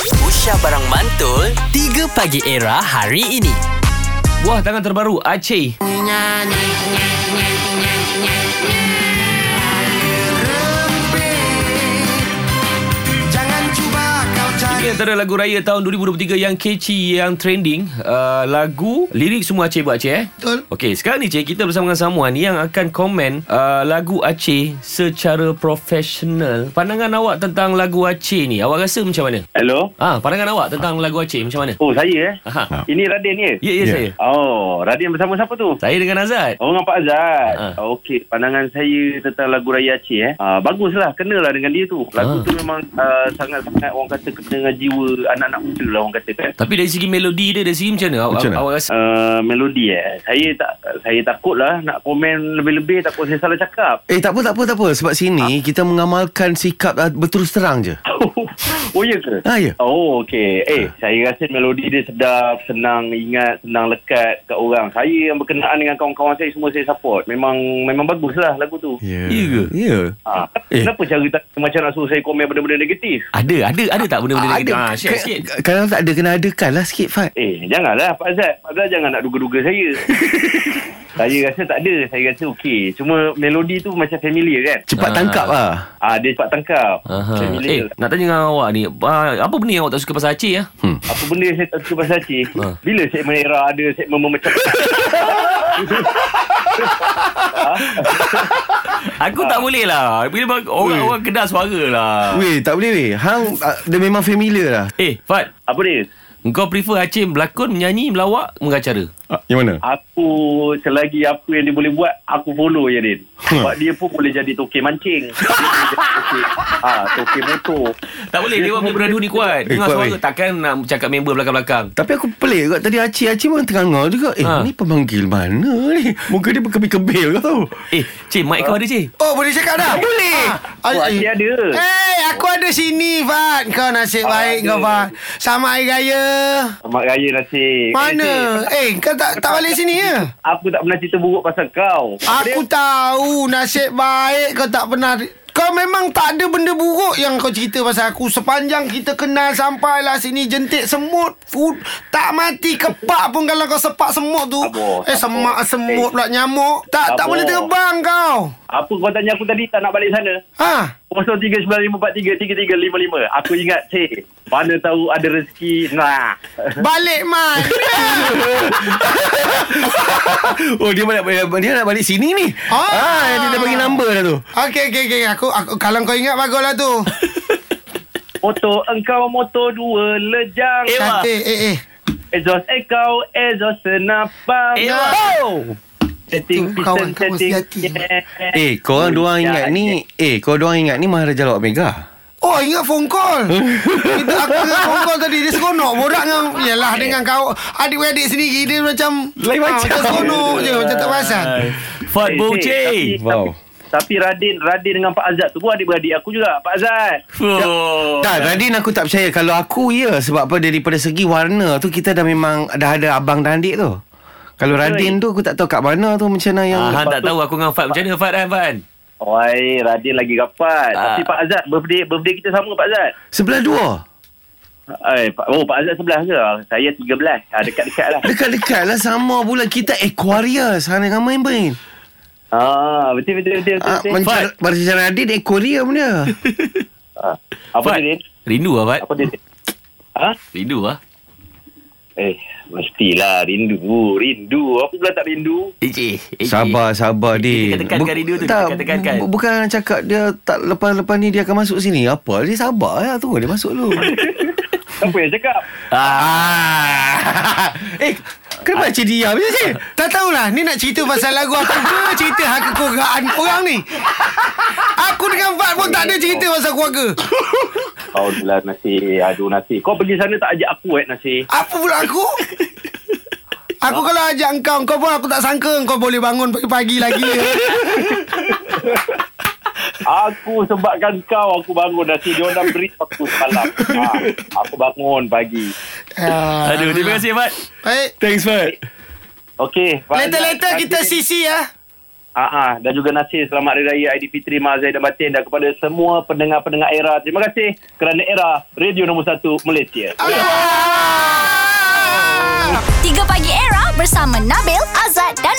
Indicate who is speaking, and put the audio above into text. Speaker 1: Aisyah Barang Mantul 3 Pagi Era hari ini
Speaker 2: Buah tangan terbaru Aceh Ini antara lagu raya tahun 2023 yang catchy, yang trending uh, Lagu, lirik semua Aceh buat Aceh eh?
Speaker 3: Betul.
Speaker 2: Okey, sekarang ni Cik, kita bersama dengan Samuan yang akan komen uh, lagu Aceh secara profesional Pandangan awak tentang lagu Aceh ni, awak rasa macam mana?
Speaker 4: Hello.
Speaker 2: Ah, pandangan awak tentang lagu Aceh macam mana?
Speaker 4: Oh, saya eh.
Speaker 2: Aha.
Speaker 4: Ini Radin ni.
Speaker 2: Ya, ya
Speaker 3: Ha. Ya.
Speaker 2: saya
Speaker 4: Oh, Radin bersama siapa tu?
Speaker 2: Saya dengan Azad
Speaker 4: Oh, dengan Pak Azad. Ah,
Speaker 2: Ha.
Speaker 4: Okey, pandangan saya tentang lagu Raya Aceh eh. Ah, baguslah, kenalah dengan dia tu. Lagu
Speaker 2: Ha.
Speaker 4: tu memang ah, sangat-sangat orang kata kena dengan jiwa anak-anak muda lah orang kata kan.
Speaker 2: Tapi dari segi melodi dia, dari segi macam mana? Awak-
Speaker 3: Macam mana?
Speaker 2: Awak rasa?
Speaker 4: Uh, melodi eh Saya tak Saya takut lah Nak komen lebih-lebih Takut saya salah cakap
Speaker 3: Eh tak apa tak apa tak apa sebab
Speaker 2: Ah.
Speaker 3: sini kita mengamalkan sikap ah, berterus terang je.
Speaker 4: Oh ya ke?
Speaker 3: Ha ya.
Speaker 4: Oh okey. Eh saya rasa melodi dia sedap, senang ingat, senang lekat kat orang. Saya yang berkenaan dengan kawan-kawan saya semua saya support. Memang memang baguslah lagu tu.
Speaker 3: Ya.
Speaker 2: Ya ke?
Speaker 3: Ya.
Speaker 4: Ha,
Speaker 3: Eh.
Speaker 4: eh. Kenapa cara tak, macam nak suruh saya komen benda-benda negatif?
Speaker 2: Ada, ada, ada tak benda-benda
Speaker 3: Ah,
Speaker 2: negatif? Ah, share
Speaker 3: K-
Speaker 2: sikit
Speaker 3: k- Kalau tak ada kena adakan lah sikit Fat.
Speaker 4: Eh, janganlah Pak Azad. Pak Azad jangan nak duga-duga saya. saya rasa tak ada. Saya rasa okey. Cuma melodi tu macam familiar kan?
Speaker 3: Cepat
Speaker 2: Ah.
Speaker 3: tangkap lah.
Speaker 4: Ah, dia cepat tangkap.
Speaker 2: Aha. Eh,
Speaker 4: Familiar.
Speaker 2: nak tanya dengan awak ni ah, Apa benda yang awak tak suka pasal Aceh ya?
Speaker 4: Apa benda yang saya tak suka pasal Aceh?
Speaker 2: Ah.
Speaker 4: Bila segmen era ada segmen memecah
Speaker 2: Aku tak boleh lah Bila bang- orang-orang kedal suara lah
Speaker 3: Weh tak boleh weh. Hang ah, dia memang familiar lah.
Speaker 2: Eh Fat
Speaker 4: Apa dia?
Speaker 2: Kau prefer Aceh berlakon, menyanyi, melawak, mengacara?
Speaker 3: Ah, Yang mana?
Speaker 2: Ah.
Speaker 4: Aku selagi apa yang dia boleh buat Aku follow je Din Sebab dia pun boleh jadi tokeh mancing Dia boleh jadi tokeh ha, Tokeh motor
Speaker 2: Tak boleh, dia orang punya beradu ni kuat
Speaker 3: Eh,
Speaker 2: Dengar
Speaker 3: kuat,
Speaker 2: suara
Speaker 3: weh.
Speaker 2: takkan nak cakap member belakang-belakang
Speaker 3: Tapi aku pelik juga tadi Acik-Acik pun terengah juga. Eh
Speaker 2: Ha.
Speaker 3: ni pemanggil mana ni? Muka dia berkebil-kebil kau tahu.
Speaker 2: Eh, Cik, mic kau ada Cik?
Speaker 5: Oh boleh cakap dah? Boleh
Speaker 3: Ah.
Speaker 4: Oh, Aceh ada.
Speaker 5: Eh aku ada sini Fat Kau nasib
Speaker 4: Ah,
Speaker 5: baik kau
Speaker 4: ada.
Speaker 5: Fat Sama hari raya
Speaker 4: Mak Raya nasib
Speaker 5: Mana? Eh kau tak tak balik sini ya?
Speaker 4: Aku tak pernah cerita buruk pasal kau
Speaker 5: Aku tahu nasib baik kau tak pernah kau memang tak ada benda buruk yang kau cerita pasal aku Sepanjang kita kenal sampailah sini jentik semut food, Tak mati kepak pun kalau kau sepak semut tu
Speaker 4: Sabar,
Speaker 5: Eh
Speaker 4: sabar.
Speaker 5: semak
Speaker 4: Eh.
Speaker 5: semut pula nyamuk Tak tak
Speaker 4: Sabar.
Speaker 5: boleh terbang kau
Speaker 4: Apa kau tanya aku tadi Tak nak balik sana
Speaker 5: Ha?
Speaker 4: 0395433355 Aku ingat Cik Mana tahu ada rezeki Nah
Speaker 5: Balik man
Speaker 3: Oh dia balik dia nak balik sini ni.
Speaker 5: Ah.
Speaker 3: Ah, dia dah bagi number dah tu.
Speaker 5: Okey okey okey aku, aku kalau kau ingat baguslah tu.
Speaker 4: Motor engkau motor dua lejang
Speaker 5: Cantik eh eh.
Speaker 4: Exhaust engkau Exhaust senapa
Speaker 2: Ewa.
Speaker 4: Setting
Speaker 5: Itu kawan
Speaker 4: piston
Speaker 5: kamu
Speaker 4: setting
Speaker 5: sejati.
Speaker 4: yeah.
Speaker 3: Eh, kau orang dua ingat ni, eh kau orang ingat ni Maharaja Lawak Mega.
Speaker 5: Oh ingat phone call Itu aku ingat phone call tadi Dia seronok Borak dengan Yalah dengan kau Adik-adik sendiri Dia macam
Speaker 3: Lain
Speaker 5: ah,
Speaker 3: macam.
Speaker 5: Macam seronok je Macam tak perasan
Speaker 2: Fat Bo
Speaker 4: eh, tapi,
Speaker 2: Cik
Speaker 3: Wow.
Speaker 4: wow. tapi, tapi Radin Radin dengan Pak Azad tu pun adik-beradik aku juga Pak Azad
Speaker 2: Oh.
Speaker 4: ya.
Speaker 3: Tak, Radin aku tak percaya Kalau aku, ya Sebab apa daripada segi warna tu Kita dah memang Dah ada abang dan adik tu Kalau Radin tu Aku tak tahu kat mana tu Macam mana yang
Speaker 2: Ah, Han
Speaker 4: lepas
Speaker 2: tak
Speaker 4: tu-
Speaker 2: tahu aku dengan Fat macam mana Fat kan Fat?
Speaker 4: Oi Radin lagi rapat
Speaker 2: Ah.
Speaker 4: Tapi Pak Azad birthday, birthday kita sama Pak Azad
Speaker 3: Sebelah dua
Speaker 4: Ay, Oh Pak Azad sebelah ke Saya 13 ah, Dekat-dekat lah
Speaker 3: Dekat-dekat lah sama pula Kita Aquarius Hang dengan main-main
Speaker 4: ah, Betul betul betul, betul,
Speaker 3: ah,
Speaker 4: betul.
Speaker 3: Macam Macam Radin Aquarium dia
Speaker 4: Ah. Apa
Speaker 2: Fat
Speaker 4: dia Din
Speaker 2: Rindu lah Fat
Speaker 4: Apa dia Din Ha?
Speaker 2: Rindu lah
Speaker 4: Eh, mestilah rindu, rindu. Aku pula tak rindu.
Speaker 2: Eh, Cik eh, Cik.
Speaker 3: Sabar sabar
Speaker 2: Dia
Speaker 3: Din
Speaker 2: tekan-tekankan rindu tu, dia kan?
Speaker 3: tak,
Speaker 2: tekan-tekankan.
Speaker 3: bu- Bukan cakap dia tak Lepas-lepas ni dia akan masuk sini Apa Dia sabar lah Tunggu dia masuk dulu
Speaker 4: Siapa yang cakap?
Speaker 3: ah. Eh Kenapa Cik diam je Cik
Speaker 5: Tak tahulah Ni nak cerita pasal lagu aku ke Cerita hak kekeluargaan orang ni Aku dengan Fat pun tak ada cerita pasal keluarga
Speaker 4: Kau adalah nasi. Aduh, nasi. Kau pergi sana tak ajak aku, eh, nasi.
Speaker 5: Apa pula aku Aku kalau ajak kau Kau pun aku tak sangka Kau boleh bangun pagi-pagi lagi ya.
Speaker 4: Aku sebabkan kau aku bangun nasi. Dia orang dah beri aku semalam. Ha, aku bangun pagi.
Speaker 5: Ah,
Speaker 2: Aduh terima kasih Fat
Speaker 5: Baik
Speaker 3: Thanks Fat
Speaker 4: Okey. Pak Azad,
Speaker 5: Later-later kita
Speaker 4: nanti-
Speaker 5: sisi ya
Speaker 4: Ah, ah, dan juga Nasir selamat hari raya Aidilfitri Mak Zahid dan Batin dan kepada semua pendengar-pendengar era. Terima kasih kerana era Radio Nombor 1 Malaysia.
Speaker 5: Ah!
Speaker 6: 3 Pagi Era bersama Nabil, Azad dan